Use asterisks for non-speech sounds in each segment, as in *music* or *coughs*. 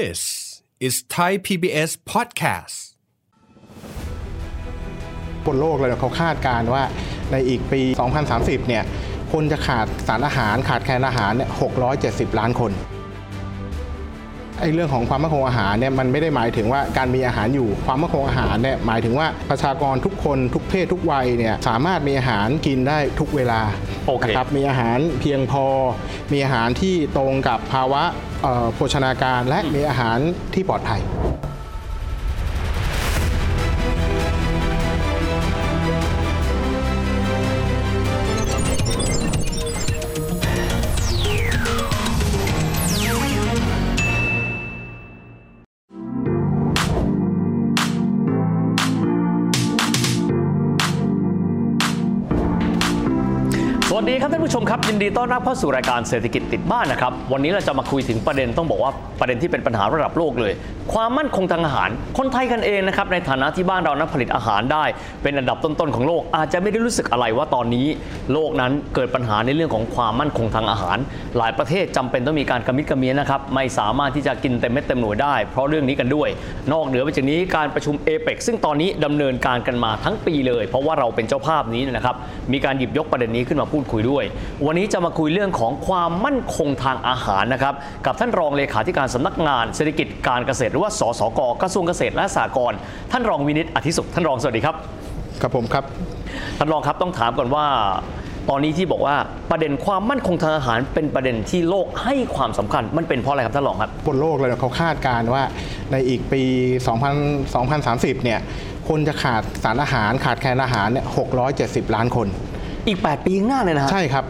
This is Thai PBS Podcast บนโลกเลยเนี่ยเขาคาดการณ์ว่าในอีกปี 2030 เนี่ย คนจะขาดสารอาหารขาดแคลนอาหารเนี่ย 670 ล้านคน ไอ้เรื่องของความมั่นคงอาหารเนี่ยมันไม่ได้หมายถึงว่าการมีอาหารอยู่ความมั่นคงอาหารเนี่ยหมายถึงว่าประชากรทุกคนทุกเพศทุกวัยเนี่ยสามารถมีอาหารกินได้ทุกเวลา โอเค นะครับมีอาหารเพียงพอ มีอาหารที่ตรงกับภาวะเอ่อโภชนาการและมีอาหารที่ปลอดภัย สวัสดีครับท่านผู้ชมครับ ยินดีต้อนรับเข้าสู่รายการเศรษฐกิจติดบ้านนะครับ วันนี้เราจะมาคุยถึงประเด็นต้องบอกว่าประเด็นที่เป็นปัญหาระดับโลกเลย ความมั่นคงทางอาหาร คนไทยกันเองนะครับ ในฐานะที่บ้านเรานั้นผลิตอาหารได้ เป็นอันดับต้นๆของโลก อาจจะไม่ได้รู้สึกอะไรว่าตอนนี้ โลกนั้นเกิดปัญหาในเรื่องของความมั่นคงทางอาหาร หลายประเทศจำเป็นต้องมีการกระมิดกระเมียนะครับไม่สามารถที่จะกินเต็มเม็ดเต็มหน่วยได้ เพราะเรื่องนี้กันด้วย นอกเหนือไปจากนี้การประชุมเอเปกซึ่งตอนนี้ดำเนินการกันมาทั้งปีเลย เพราะว่าเราเป็นเจ้าภาพนี้เนยนะครับ มีการหยิบยกประเด็นนี้ขึ้นมาพูดคุยด้วย วันนี้จะมาคุยเรื่องของความมั่นคงทางอาหารนะครับ กับท่านรองเลขาธิการสำนักงานเศรษฐกิจการเกษตรหรือว่าสสกกระทรวงเกษตรและสหกรณ์ท่านรองวินิตอธิสุขท่านรองสวัสดีครับ ครับผมครับ ท่านรองครับต้องถามก่อนว่า ตอนนี้ที่บอกว่าประเด็นความมั่นคงทางอาหาร เป็นประเด็นที่โลกให้ความสำคัญ มันเป็นเพราะอะไรครับท่านรองครับ บนโลกเลยเนี่ยเขาคาดการณ์ว่าในอีกปี 2000 2030 เนี่ย คนจะขาดสารอาหารขาดแคลนอาหารเนี่ย 670 ล้านคน อีก 8 ปีข้างหน้าเลยนะฮะ ใช่ครับ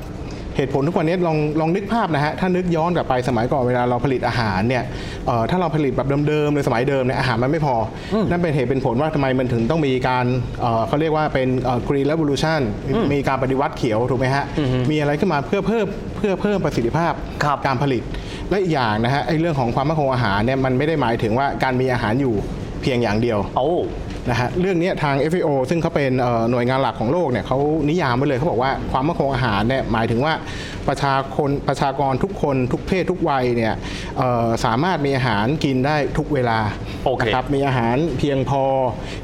เหตุผลทุกวันนี้ลองลองนึกภาพนะฮะ ถ้านึกย้อนกลับไปสมัยก่อนเวลาเราผลิตอาหารเนี่ยเอ่อถ้าเราผลิตแบบเดิมๆในสมัยเดิมเนี่ยอาหารมันไม่พออนั่นเป็นเหตุเป็นผลว่าทำไมมันถึงต้องมีการเอ่อเขาเรียกว่าเป็นกรีนและบูลูชันมีการปฏิวัติเขียวถูกไหมฮะ มีอะไรขึ้นมาเพื่อเพิ่มเพื่อเพิ่มประสิทธิภาพ ครับ การผลิต และอีกอย่างนะฮะไอ้เรื่องของความมั่นคงอาหารเนี่ยมันไม่ได้หมายถึงว่าการมีอาหารอยู่เพียงอย่างเดียว เอา นะฮะเรื่องเนี้ยทาง FAO ซึ่งเขาเป็นเอ่อหน่วยงานหลักของโลกเนี่ยเขานิยามไว้เลยเขาบอกว่าความมั่นคงอาหารเนี่ยหมายถึงว่าประชาคนประชากรทุกคนทุกเพศทุกวัยเนี่ยเอ่อสามารถมีอาหารกินได้ทุกเวลา โอเค นะครับมีอาหารเพียงพอ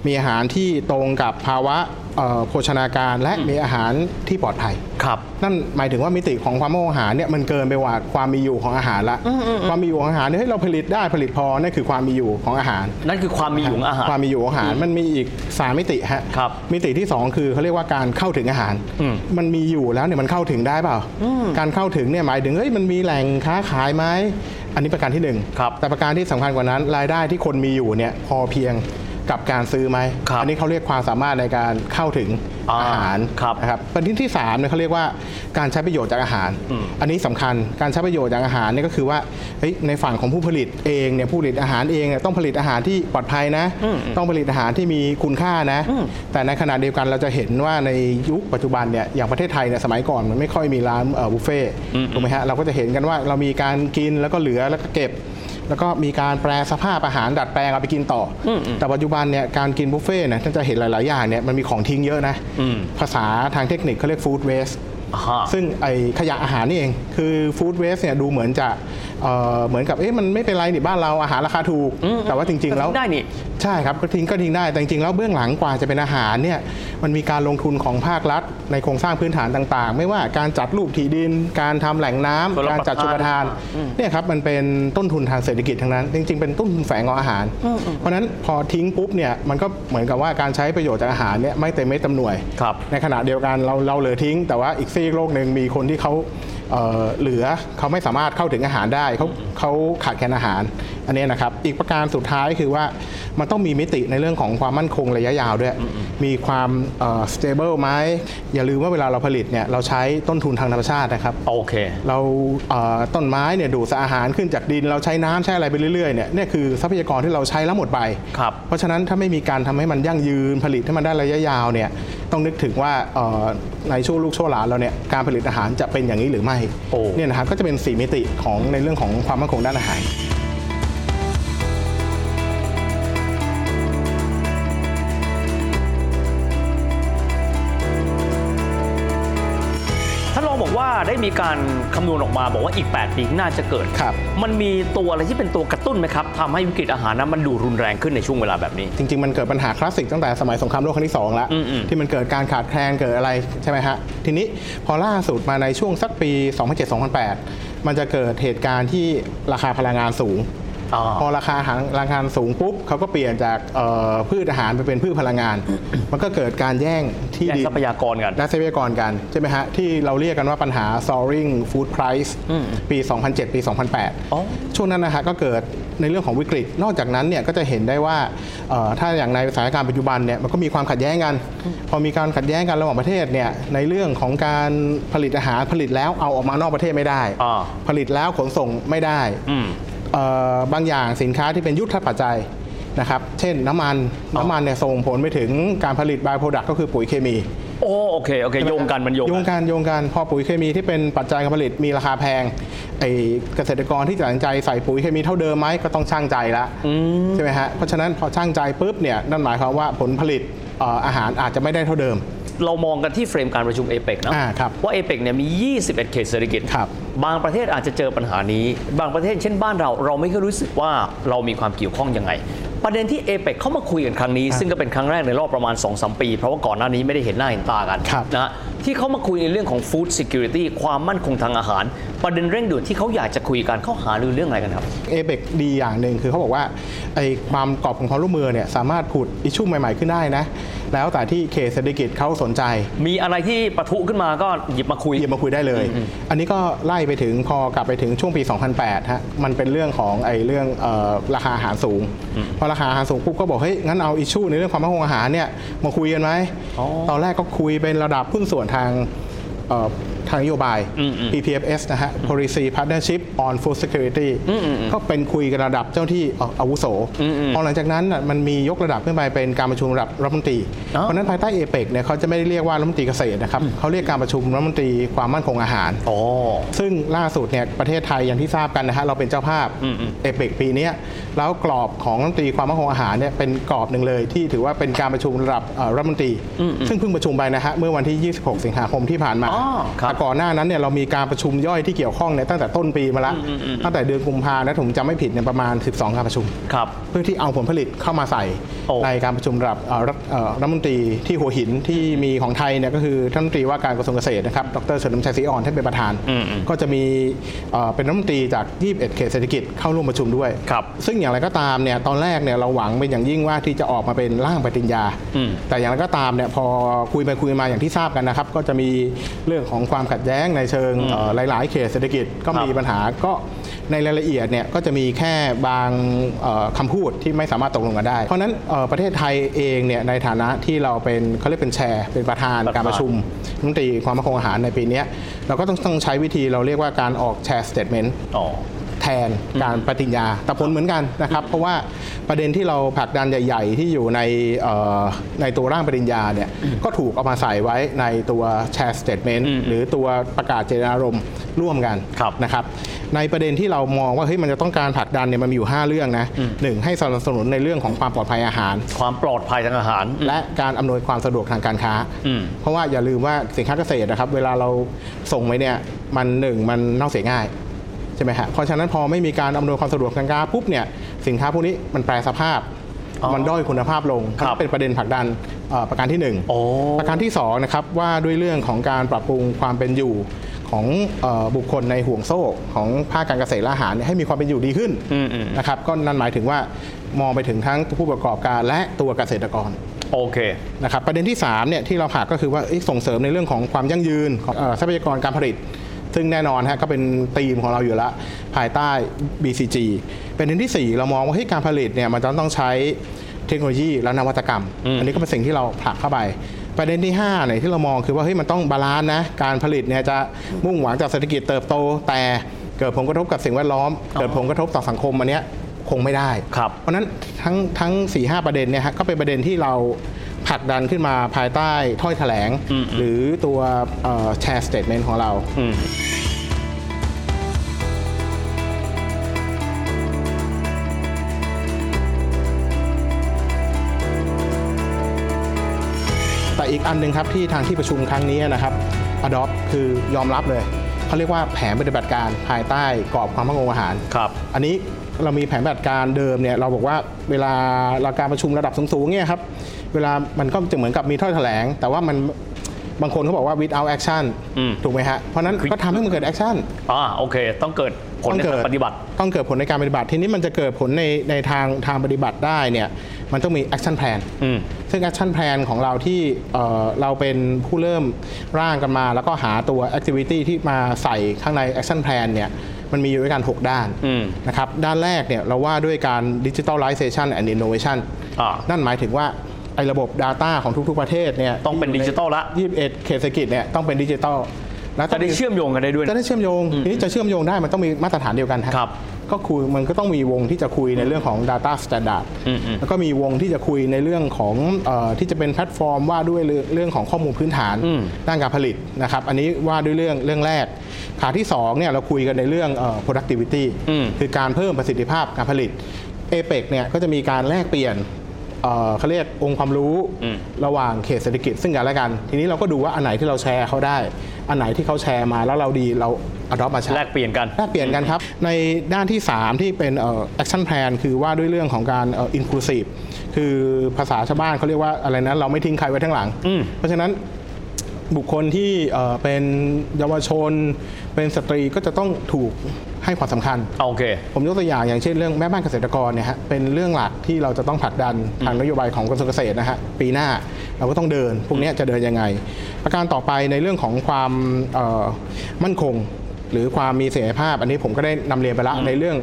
มีอาหารที่ตรงกับภาวะเอ่อโภชนาการและมีอาหารที่ปลอดภัย ครับ นั่นหมายถึงว่ามิติของความมั่นคงอาหารเนี่ยมันเกินไปกว่าความมีอยู่ของอาหารละความมีอยู่ของอาหารเนี่ยเฮ้ยเราผลิตได้ผลิตพอนั่นคือความมีอยู่ของอาหาร นั่นคือความมีอยู่ของอาหาร ความมีอยู่ของอาหารมันมีอีกสามมิติฮะ ครับ มิติที่สองคือเขาเรียกว่าการเข้าถึงอาหาร อืม มันมีอยู่แล้วเนี่ยมันเข้าถึงได้เปล่า การเข้าถึงเนี่ยหมายถึงเฮ้ยมันมีแหล่งค้าขายไหมอันนี้ประการที่หนึ่ง ครับ แต่ประการที่สำคัญกว่านั้น รายได้ที่คนมีอยู่เนี่ยพอเพียงกับการซื้อไหม ครับ อันี้เขาเรียกความสามารถในการเข้าถึง อ่า อาหาร ครับ นะครับประเด็นที่สามเนี่ยเขาเรียกว่าการใช้ประโยชน์จากอาหาร อันนี้สำคัญการใช้ประโยชน์จากอาหารเนี่ยก็คือว่าเฮ้ยในฝั่งของผู้ผลิตเองเนี่ยผู้ผลิตอาหารเองเนี่ยต้องผลิตอาหารที่ปลอดภัยนะ ต้องผลิตอาหารที่มีคุณค่านะ แต่ในขณะเดียวกันเราจะเห็นว่าในยุคปัจจุบันเนี่ยอย่างประเทศไทยเนี่ยสมัยก่อนมันไม่ค่อยมีร้านเอ่อบุฟเฟ่ต์ถูกไหมฮะเราก็จะเห็นกันว่าเรามีการกินแล้วก็เหลือแล้วก็เก็บ แล้วก็มีการแปลสภาพอาหารดัดแปลงเอาไปกินต่ออแต่ปัจจุบันเนี่ยการกินบุฟเฟ่ต์เนี่ยท่านจะเห็นหลาย ๆ อย่างเนี่ยมันมีของทิ้งเยอะนะ อืม ภาษาทางเทคนิคเขาเรียกฟู้ดเวส อ่าฮะ ซึ่งไอขยะอาหารนี่เอง คือฟู้ดเวสเนี่ยดูเหมือนจะเอ่อเหมือนกับเอ๊ะมันไม่เป็นไรนี่บ้านเราอาหารราคาถูก แต่ว่าจริง ๆ แล้ว ก็ทิ้งได้นี่ ใช่ครับก็ทิ้งก็ทิ้งได้แต่จริงๆแล้วเบื้องหลังกว่าจะเป็นอาหารเนี่ยมันมีการลงทุนของภาครัฐ ในโครงสร้างพื้นฐานต่างๆ ไม่ว่าการจัดรูปที่ดิน การทำแหล่งน้ำ ชลประทาน การจัดชลประทานเนี่ยครับมันเป็นต้นทุนทางเศรษฐกิจทั้งนั้น จริง ๆ เป็นต้นทุนแฝงของอาหาร เพราะฉะนั้นพอทิ้งปุ๊บเนี่ยมันก็เหมือนกับว่าการใช้ประโยชน์จากอาหารเนี่ยไม่เต็มเม็ดเต็มหน่วย ครับ ในขณะเดียวกันเราเราเหลือทิ้ง แต่ว่าอีกซีกโลกหนึ่งมีคนที่เขาเอ่อเหลือเขาไม่สามารถเข้าถึงอาหารได้เขาเขาขาดแคลนอาหาร อันเนี้ยนะครับ อีกประการสุดท้ายคือว่ามันต้องมีมิติในเรื่องของความมั่นคงระยะยาวด้วย มีความเอ่อ stable ไหมอย่าลืมว่าเวลาเราผลิตเนี่ยเราใช้ต้นทุนทางธรรมชาตินะครับ โอเค เราเอ่อต้นไม้เนี่ยดูดสารอาหารขึ้นจากดิน เราใช้น้ำใช้อะไรไปเรื่อยๆเนี่ยเนี่ยคือทรัพยากรที่เราใช้แล้วหมดไป ครับ เพราะฉะนั้นถ้าไม่มีการทำให้มันยั่งยืนผลิตให้มันได้ระยะยาวเนี่ยต้องนึกถึงว่าเอ่อในช่วงลูกช่วงหลานเราเนี่ยการผลิตอาหารจะเป็นอย่างนี้หรือไม่ โอ้ เนี่ยนะครับก็จะเป็นสี่มิติของในเรื่องของความมั่นคงด้านอาหาร ท่านรองบอกว่า ได้มีการคำนวณออกมาบอกว่าอีก 8 ปีข้างหน้าจะเกิด ครับ มันมีตัวอะไรที่เป็นตัวกระตุ้นไหมครับทำให้วิกฤตอาหารนั้นมันดูรุนแรงขึ้นในช่วงเวลาแบบนี้ จริงๆ มันเกิดปัญหาคลาสสิกตั้งแต่สมัยสงครามโลกครั้งที่2แล้ว อืมๆ ที่มันเกิดการขาดแคลนเกิดอะไรใช่ไหมฮะ ทีนี้พอล่าสุดมาในช่วงสักปี 2007-2008 มันจะเกิดเหตุการณ์ที่ราคาพลังงานสูง อ่า พอราคาอาหารพลังงานสูงปุ๊บเขาก็เปลี่ยนจากเอ่อพืชอาหารไปเป็นพืชพลังงาน มันก็เกิดการแย่งที่ แย่ง ดิน ทรัพยากรกัน และทรัพยากรกันใช่ไหมฮะ ที่เราเรียกกันว่าปัญหา soaring food price ปี 2007 ปี อ๋อ 2008 ช่วงนั้นนะฮะก็เกิดในเรื่องของวิกฤต นอกจากนั้นเนี่ยก็จะเห็นได้ว่าเอ่อถ้าอย่างในสถานการณ์ปัจจุบันเนี่ยมันก็มีความขัดแย้งกัน พอมีการขัดแย้งกันระหว่างประเทศเนี่ยในเรื่องของการผลิตอาหารผลิตแล้วเอาออกมานอกประเทศไม่ได้ อ่า ผลิตแล้วขนส่งไม่ได้ อืม เอ่อบางอย่างสินค้าที่เป็นยุทธปัจจัยนะครับ เช่นน้ำมัน น้ำมันเนี่ยส่งผลไปถึงการผลิตบายโปรดักต์ก็คือปุ๋ยเคมี โอ้โอเคโอเคโยงกันมันโยง โยง กัน กันโยงกันพอปุ๋ยเคมีที่เป็นปัจจัยการผลิตมีราคาแพงไอเกษตรกรที่ตัดสินใจใส่ปุ๋ยเคมีเท่าเดิมไหมก็ต้องช่างใจละใช่ไหมฮะเพราะฉะนั้นพอช่างใจปุ๊บเนี่ยนั่นหมายความว่าผลผลิตเอ่ออาหารอาจจะไม่ได้เท่าเดิม เรามองกันที่เฟรมการประชุมเอเปกนะ อ่าครับ ว่าเอเปกเนี่ยมี 21 เขตเศรษฐกิจ ครับ งประเทศอาจจะเจอปัญหานี้ บางประเทศเช่นบ้านเราเราไม่เคยรู้สึกว่าเรามีความเกี่ยวข้องยังไง ประเด็นที่เอเปกเข้ามาคุยกันครั้งนี้ ซึ่งก็เป็นครั้งแรกในรอบประมาณ 2-3 ปี เพราะว่าก่อนหน้านี้ไม่ได้เห็นหน้าเห็นตากัน ครับ นะฮะที่เขามาคุยในเรื่องของ food security ความมั่นคงทางอาหาร ประเด็นเร่งด่วนที่เขาอยากจะคุยกันเขาหารือเรื่องอะไรกันครับ เอเ c กดีอย่างหนึ่งคือเขาบอกว่าไอ้ความกรอบของความร่วมมือเนี่ยสามารถผุดอิชชูใหม่ ๆขึ้นได้นะแล้วแต่ที่เขตเศรษฐกิจเขาสนใจ มีอะไรที่ปะทุขึ้นมาก็หยิบมาคุย หยิบมาคุยได้เลย อันนี้ก็ไล่ไปถึงพอกลับไปถึงช่วงปี 2008 ฮะ มันเป็นเรื่องของไอ้เรื่องเออราคาอาหารสูง พอราคาอาหารสูงปุ๊บก็บอก เฮ้ย งั้นเอาอิชชูในเรื่องความมั่นคงอาหารเนี่ยมาคุยกันไหม อ๋อ ตอนแรกก็คุยเป็นระดับหุ้นส่วนทางเอ่อทางนโยบาย อืมอืม PPFS นะฮะ Policy Partnership on Food Security ก็เป็นคุยกันระดับเจ้าที่เอ่ออาวุโสพอหลังจากนั้นน่ะมันมียกระดับขึ้นไปเป็นการประชุมระดับรัฐมนตรี เพ อ๋อ ราะฉะนั้นภายใต้เอเปกเนี่ยเขาจะไม่ได้เรียกว่ารัฐมนตรีเกษตรนะครับเขาเรียกการประชุมรัฐมนตรีความมั่นคงอาหาร อ๋อ ซึ่งล่าสุดเนี่ยประเทศไทยอย่างที่ทราบกันนะฮะเราเป็นเจ้าภาพ อืมอืม เอเปกปีเนี้ยแล้วกรอบของรัฐมนตรีความมั่นคงอาหารเนี่ยเป็นกรอบหนึ่งเลย ที่ถือว่าเป็นการประชุมระดับเอ่อรัฐมนตรี ซึ่งเพิ่งประชุมไปนะฮะเมื่อวันที่ 26 สิงหาคมที่ผ่านมา อ๋อครับ แต่ก่อนหน้านั้นเนี่ยเรามีการประชุมย่อยที่เกี่ยวข้องเนี่ยตั้งแต่ต้นปีมาละตั้งแต่เดือนกุมภานะผมจำไม่ผิดเนี่ยประมาณ 12 การประชุม ครับ เพื่อที่เอาผลผลิตเข้ามาใส่ โอ้ ในการประชุมระดับเอ่อรัฐเอ่อรัฐมนตรีที่หัวหินที่มีของไทยเนี่ยก็คือท่านรัฐมนตรีว่าการกระทรวงเกษตรนะครับ ดรเฉลิมชัยศรีอ่อนท่านเป็นประธาน ก็จะมีเอ่อเป็นรัฐมนตรีจาก 21 เขตเศรษฐกิจเข้าร่วมประชุมด้วย ครับ ซึ่งอย่างไรก็ตามเนี่ยตอนแรกเนี่ยเราหวังเป็นอย่างยิ่งว่าที่จะออกมาเป็นร่างปฏิญญา อืม แต่อย่างไรก็ตามเนี่ยพอคุยไปคุยมาอย่างที่ทราบกันนะครับ ก็จะมีเรื่องของความขัดแย้งในเชิงเอ่อหลาย ๆ เขตเศรษฐกิจก็มี ครับ ปัญหาก็ในรายละเอียดเนี่ยก็จะมีแค่บางเอ่อคำพูดที่ไม่สามารถตกลงกันได้ เพราะฉะนั้นเอ่อประเทศไทยเองเนี่ยในฐานะที่เราเป็นเขาเรียกเป็นแชร์เป็นประธาน ประธาน การประชุมรัฐมนตรีความมั่นคงอาหารในปีเนี้ยเราก็ต้องต้องใช้วิธีเราเรียกว่าการออกแชร์สเตทเมนต์ อ๋อ แทนการปฏิญญาแต่ผลเหมือนกันนะครับ เพราะว่าประเด็นที่เราผลักดันใหญ่ ๆ ที่อยู่ในเอ่อในตัวร่างปฏิญญาเนี่ยก็ถูกเอามาใส่ไว้ในตัวแชร์สเต t เมนต์หรือตัวประกาศเจตนารมณ์ร่วมกัน ครับ นะครับ ในประเด็นที่เรามองว่าเฮ้ยมันจะต้องการผลักดันเนี่ยมันมีอยู่ 5 เรื่องนะหนึ่งให้สนับสนุนในเรื่องของความปลอดภัยอาหาร ความปลอดภัยทางอาหาร และการอำนวยความสะดวกทางการค้า อืม เพราะว่าอย่าลืมว่าสินค้าเกษตรนะครับ เวลาเราส่งไปเนี่ยมันหนึ่งมันเน่าเสียง่ายใช่ไหมฮะเพราะฉะนั้นพอไม่มีการอำนวยความสะดวกทางการค้าปุ๊บเนี่ยสินค้าพวกนี้มันแปรสภาพ อ๋อ มันด้อยคุณภาพลง ครับ เป็นประเด็นผลักดันเอ่อประการที่หนึ่ง โอ้ ประการที่สองนะครับว่าด้วยเรื่องของการปรับปรุงความเป็นอยู่ของเออบุคคลในห่วงโซ่ของภาคการเกษตรและอาหารเนี่ยให้มีความเป็นอยู่ดีขึ้นนะครับก็นั่นหมายถึงว่ามองไปถึงทั้งผู้ประกอบการและตัวเกษตรกร โอเค นะครับประเด็นที่3เนี่ยที่เราผลักก็คือว่าเอ๊ะส่งเสริมในเรื่องของความยั่งยืนของเอ่อทรัพยากรการผลิต ซึ่งแน่นอนฮะก็เป็นธีมของเราอยู่ละภายใต้ BCG ประเด็นทีสี่ 4 เรามองว่าเฮ้ยการผลิตเนี่ยมันจะต้องใช้เทคโนโลยีและนวัตกรรม อันนี้ก็เป็นสิ่งที่เราผลักเข้าไป ประเด็นที่5เนี่ยที่เรามองคือว่าเฮ้ยมันต้องบาลานซ์นะการผลิตเนี่ยจะมุ่งหวังจากเศรษฐกิจเติบโต แต่เกิดผลกระทบกับสิ่งแวดล้อม เกิดผลกระทบต่อสังคมอันเนี้ยคงไม่ได้ ครับ เพราะฉะนั้นทั้งทั้ง4ีหประเด็นเนี่ยฮะก็เป็นประเด็นที่เราผลักดันขึ้นมาภายใต้ถ้อยแถลง หรือตัวแชร์สเตทเมนต์ของเรา แต่อีกอันหนึ่งครับที่ทางที่ประชุมครั้งนี้นะครับ adopt คือยอมรับเลย เขาเรียกว่าแผนปฏิบัติการภายใต้กรอบความมั่นคงอาหาร ครับ อันนี้เรามีแผนปฏิบัติการเดิมเนี่ยเราบอกว่าเวลาเราการประชุมระดับสูงๆเนี่ยครับเวลามันก็จะเหมือนกับมีถ้อยแถลง แต่ว่ามันบางคนเขาบอกว่า without action อืม ถูกไหมฮะเพราะฉะนั้นก็ทำให้มันเกิด action อ่าโอเค ต้องเกิดผลในทางปฏิบัติ ต้องเกิดผลในการปฏิบัติ ทีนี้มันจะเกิดผลในในทางทางปฏิบัติได้เนี่ยมันต้องมี action plan อืม ซึ่ง action plan ของเราที่เอ่อเราเป็นผู้เริ่มร่างกันมา แล้วก็หาตัว activity ที่มาใส่ข้างใน action plan เนี่ยมันมีอยู่ด้วยกัน 6 ด้าน อืม นะครับด้านแรกเนี่ยเราว่าด้วยการ digitalization and innovation อ่านั่ นั่นหมายถึงว่าไอ้ระบบ Data ของทุกๆประเทศเนี่ย ต้องเป็นดิจิทัลละ 21เขตเศรษฐกิจเนี่ยต้องเป็นดิจิทัลแล้วต้ จะ อง ได้ มี เชื่อมโยงกันได้ด้วย จะ นะ ได้เชื่อมโยงทีนี้จะเชื่อมโยงได้มันต้องมีมาตรฐานเดียวกันฮะ ครับ ก็คุยมันก็ต้องมีวงที่จะคุยในเรื่องของ Data Standard อืมอืม แล้วก็มีวงที่จะคุยในเรื่องของเออที่จะเป็นแพลตฟอร์มว่าด้วยเรื่องเรื่องของข้อมูลพื้นฐาน อืม ด้านการผลิตนะครับอันนี้ว่าด้วยเรื่องเรื่องแรก ขาที่สองเนี่ยเราคุยกันในเรื่องเอ่อ productivity อืม คือการเพิ่มประสิทธิภาพการผลิต เอเปกเนี่ยก็จะมีการแลกเปลี่ยนเอ่อเขาเรียกองค์ความรู้ อืม ระหว่างเขตเศรษฐกิจซึ่งกันและกัน ทีนี้เราก็ดูว่าอันไหนที่เราแชร์เขาได้ อันไหนที่เขาแชร์มาแล้วเราดีเราอดอปมาใช้ แลกเปลี่ยนกัน แลกเปลี่ยนกันครับ ในด้านที่ 3 ที่เป็นเอ่อ action plan คือว่าด้วยเรื่องของการเอ่อ inclusive คือภาษาชาวบ้านเขาเรียกว่าอะไรนะเราไม่ทิ้งใครไว้ทั้างหลัง อืม เพราะฉะนั้นบุคคลที่เอ่อเป็นเยาวชน เป็นสตรีก็จะต้องถูกให้ความสำคัญ โอเค ผมยกตัวอย่างอย่างเช่นเรื่องแม่บ้านเกษตรกรเนี่ยฮะเป็นเรื่องหลักที่เราจะต้องผลักดันทางนโยบายของกระทรวงเกษตรนะฮะปีหน้าเราก็ต้องเดิน พวกเนี้ยจะเดินยังไง ประการต่อไปในเรื่องของความเอ่อมั่นคง หรือความมีเสรีภาพ อันนี้ผมก็ได้นำเรียนไปละในเรื่อง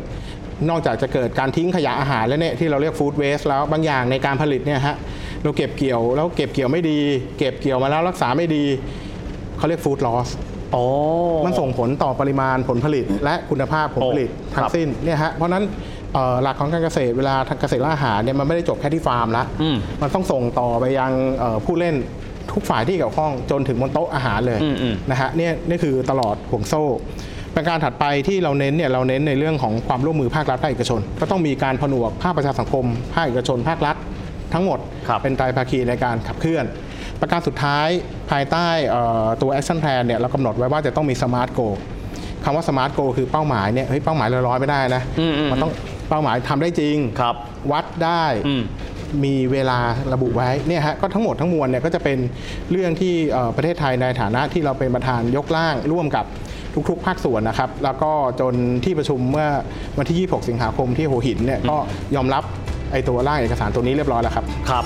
นอกจากจะเกิดการทิ้งขยะอาหารแล้วเนี่ยที่เราเรียกฟู้ดเวสแล้วบางอย่างในการผลิตเนี่ยฮะเราเก็บเกี่ยวแล้วเก็บเกี่ยวไม่ดี เก็บเกี่ยวมาแล้วรักษาไม่ดีเขาเรียกฟู้ดลอส อ๋อ มันส่งผลต่อปริมาณผลผลิต และคุณภาพผลผลิต โอ้ ทั้ ครั ง บ สิ้นเนี่ยฮะเพราะฉะนั้นเอ่อหลักของการเกษตรเวลาทางเกษตรและอาหารเนี่ยมันไม่ได้จบแค่ที่ฟาร์มละ อืม มันต้องส่งต่อไปยังเอ่อผู้เล่นทุกฝ่ายที่เกี่ยวข้องจนถึงบนโต๊ะอาหารเลย อืมอืม นะฮะเนี่ยนี่คือตลอดห่วงโซ่ ประการถัดไปที่เราเน้นเนี่ยเราเน้นในเรื่องของความร่วมมือภาครัฐภาคเอกชน ก็ต้องมีการผนวกภาคประชาสังคม ภาคเอกชน ภาครัฐ ทั้งหมด ครับ เป็นไตรภาคีในการขับเคลื่อน ประการสุดท้ายภายใต้เอ่อตัว action plan เนี่ยเรากำหนดไว้ว่าจะต้องมี smart goal คำว่า smart goal คือเป้าหมายเนี่ยเฮ้ยเป้าหมายลอยๆไม่ได้นะ อืมอืม นต้องเป้าหมายทำได้จริง ครับ วัดได้ อืม มีเวลาระบุไว้เนี่ยฮะก็ทั้งหมดทั้งมวลเนี่ยก็จะเป็นเรื่องที่เอ่อประเทศไทยในฐานะที่เราเป็นประธานยกร่างร่วมกับทุกๆ ภาคส่วนนะครับ แล้วก็จนที่ประชุมเมื่อวันที่ 26 สิงหาคมที่หัวหินเนี่ยก็ยอมรับไอ้ตัวร่างเอกสารตัวนี้เรียบร้อยแล้วครับ ครับ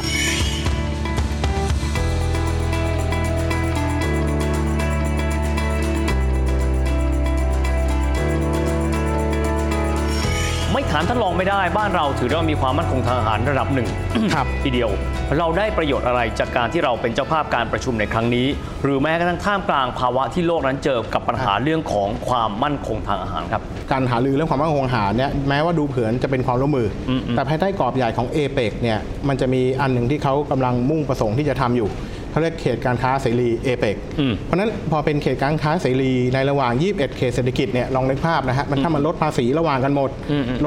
ไม่ถามท่านรองไม่ได้บ้านเราถือว่ามีความมั่นคงทางอาหารระดับหนึ่ง ครับ *coughs* ทีเดียว เราได้ประโยชน์อะไรจากการที่เราเป็นเจ้าภาพการประชุมในครั้งนี้ หรือแม้กระทั่งท่ามกลางภาวะที่โลกนั้นเจอกับปัญหาเรื่องของความมั่นคงทางอาหารครับ การหารือเรื่องความมั่นคงอาหารเนี่ยแม้ว่าดูเผินจะเป็นความร่วมมืออ มอืม แต่ภายใต้กรอบใหญ่ของเอเปกเนี่ยมันจะมีอันหนึ่งที่เขากำลังมุ่งประสงค์ที่จะทำอยู่เขาเรียกเขตการค้าเสรีเอเปก อืม เพราะฉะนั้นพอเป็นเขตการค้าเสรีในระหว่าง 21 เขตเศรษฐกิจเนี่ยลองนึกภาพนะฮะมันถ้ามันลดภาษีระหว่างกันหมด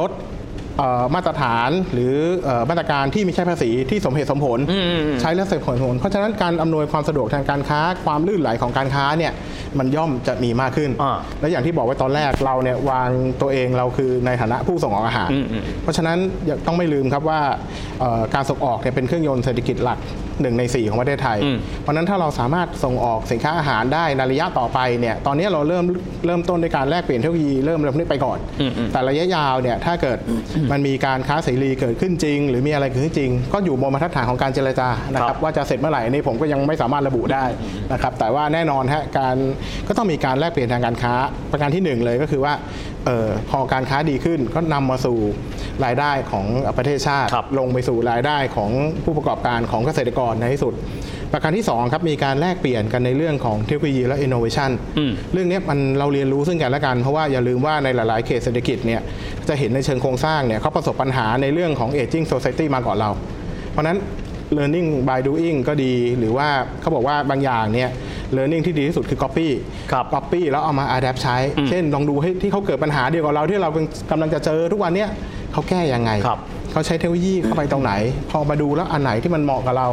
ลดเอ่อมาตรฐานหรือเอ่อมาตรการที่ไม่ใช่ภาษีที่สมเหตุสมผล ใช้แล้วสมเหตุสมผล เพราะฉะนั้นการอำนวยความสะดวกทางการค้าความลื่นไหลของการค้าเนี่ยมันย่อมจะมีมากขึ้น อ่า และอย่างที่บอกไว้ตอนแรกเราเนี่ยวางตัวเองเราคือในฐานะผู้ส่งออกอาหาร อืมอืม เพราะฉะนั้นอย่าต้องไม่ลืมครับว่าเอ่อการส่งออกเนี่ยเป็นเครื่องยนต์เศรษฐกิจหลักหนึ่งใน 4 ของประเทศไทย อืม เพราะฉะนั้นถ้าเราสามารถส่งออกสินค้าอาหารได้ในระยะต่อไปเนี่ยตอนนี้เราเริ่มเริ่มต้นด้วยการแลกเปลี่ยนเทคโนโลยีเริ่มเริ่มนี้ไปก่อน แต่ระยะยาวเนี่ยถ้าเกิดมันมีการค้าเสรีเกิดขึ้นจริง หรือมีอะไรเกิดขึ้นจริง ก็อยู่บนมาตรฐานของการเจรจานะค ครั รับ บ ว่าจะเสร็จเมื่อไหร่อันนี่ผมก็ยังไม่สามารถระบุได้นะครับแต่ว่าแน่นอนฮะการก็ต้องมีการแลกเปลี่ยนทางการค้า ประการทีหนึ่งเลยก็คือว่าเออพอการค้าดีขึ้นก็นำมาสู่รายได้ของประเทศชาติ ครับ ลงไปสู่รายได้ของผู้ประกอบการของเกษตรกรในที่สุด ประการที่สองครับมีการแลกเปลี่ยนกันในเรื่องของเทคโนโลยีและ innovation อืม เรื่องเนี้ยมันเราเรียนรู้ซึ่งกันและกัน เพราะว่าอย่าลืมว่าในหลาย ๆ เขตเศรษฐกิจเนี่ยจะเห็นในเชิงโครงสร้างเนี่ยเขาประสบปัญหาในเรื่องของ aging society มาก่อนเรา เพราะฉะนั้น learning by doing ก็ดีหรือว่าเขาบอกว่าบางอย่างเนี่ย learning ที่ดีที่สุดคือ copy ครับ copy แล้วเอามา adapt ใช้ เช่นลองดูให้ที่เขาเกิดปัญหาเดียวกับเราที่เรากำลังจะเจอทุกวันเนี่ยเขาแก้ยังไง ครับ เขาใช้เทคโนโลยีเข้าไปตรงไหน พอมาดูแล้วอันไหนที่มันเหมาะกับเรา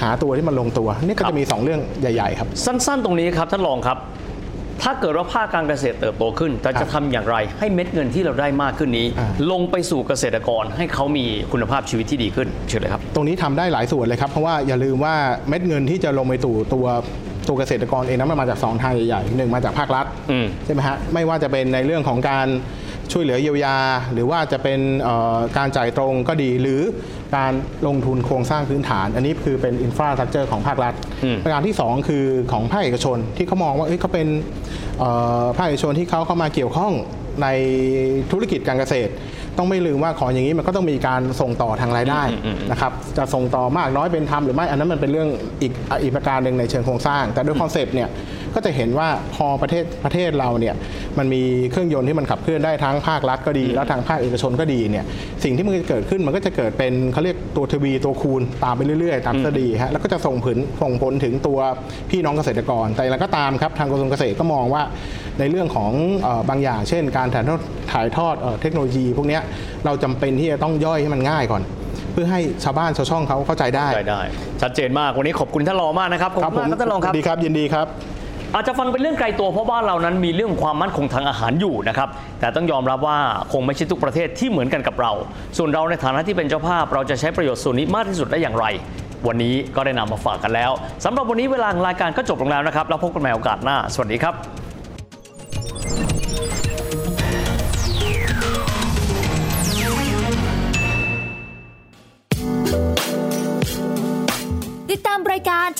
หาตัวที่มันลงตัว นี่ก็จะมี 2 เรื่องใหญ่ ๆ ครับ สั้นๆ ตรงนี้ครับท่านรองครับ ไท ถ้าเกิดว่าภาคการเกษตรเติบโตขึ้นแต่จะทำอย่างไรให้เม็ดเงินที่เราได้มากขึ้นนี้ อ่า ลงไปสู่เกษตรกรให้เขามีคุณภาพชีวิตที่ดีขึ้นเชิญเลยครับ ตรงนี้ทำได้หลายส่วนเลยครับ เพราะว่าอย่าลืมว่าเม็ดเงินที่จะลงไปสู่ตัวตัวเกษตรกรเองนั้นมันมาจากสองทางใหญ่ๆหนึ่งมาจากภาครัฐ อืม ใช่ไหมฮะไม่ว่าจะเป็นในเรื่องของการช่วยเหลือเยียวยา หรือว่าจะเป็นเอ่อการจ่ายตรงก็ดี หรือการลงทุนโครงสร้างพื้นฐาน อันนี้คือเป็นอินฟราสตรักเจอร์ของภาครัฐ ประการที่ 2 คือของภาคเอกชนที่เขามองว่าเอ้ยเขาเป็นเอ่อภาคเอกชนที่เขาเข้ามาเกี่ยวข้องในธุรกิจการเกษตร ต้องไม่ลืมว่าของอย่างนี้มันก็ต้องมีการส่งต่อทางรายได้นะครับจะส่งต่อมากน้อยเป็นธรรมหรือไม่อันนั้นมันเป็นเรื่องอีกอีกประการหนึ่งในเชิงโครงสร้าง แต่ด้วยคอนเซปต์เนี่ยก็จะเห็นว่าพอประเทศประเทศเราเนี่ยมันมีเครื่องยนต์ที่มันขับเคลื่อนได้ทั้งภาครัฐก็ดี แล้วทางภาคเอกชนก็ดีเนี่ยสิ่งที่มันจะเกิดขึ้นมันก็จะเกิดเป็นเขาเรียกตัวทวีตัวคูณตามไปเรื่อยๆ ตามทฤษฎีฮะแล้วก็จะส่งผลส่งผลถึงตัวพี่น้องเกษตรกรแต่แล้วก็ตามครับทางกระทรวงเกษตรก็มองว่า ในเรื่องของเออบางอย่างเช่น การถ่ายทอดถ่ายทอดเอ่อเทคโนโลยี พวกเนี้ยเราจำเป็นที่จะต้องย่อยให้มันง่ายก่อน เพื่อให้ชาวบ้านชาวช่องเขาเข้าใจได้ ได้ได้ชัดเจนมากวันนี้ขอบคุณท่านรองมากนะครับขอบคุณมากครับท่านรองครับ ดีครับยินดีครับ อาจจะฟังเป็นเรื่องไกลตัวเพราะบ้านเรานั้นมีเรื่องความมั่นคงทางอาหารอยู่นะครับ แต่ต้องยอมรับว่าคงไม่ใช่ทุกประเทศที่เหมือนกันกับเรา ส่วนเราในฐานะที่เป็นเจ้าภาพ เราจะใช้ประโยชน์ส่วนนี้มากที่สุดได้อย่างไร วันนี้ก็ได้นำมาฝากกันแล้วสำหรับวันนี้เวลาของรายการก็จบลงแล้วนะครับ แล้วพบกันใหม่โอกาสหน้า สวัสดีครับ ติดตามรายการ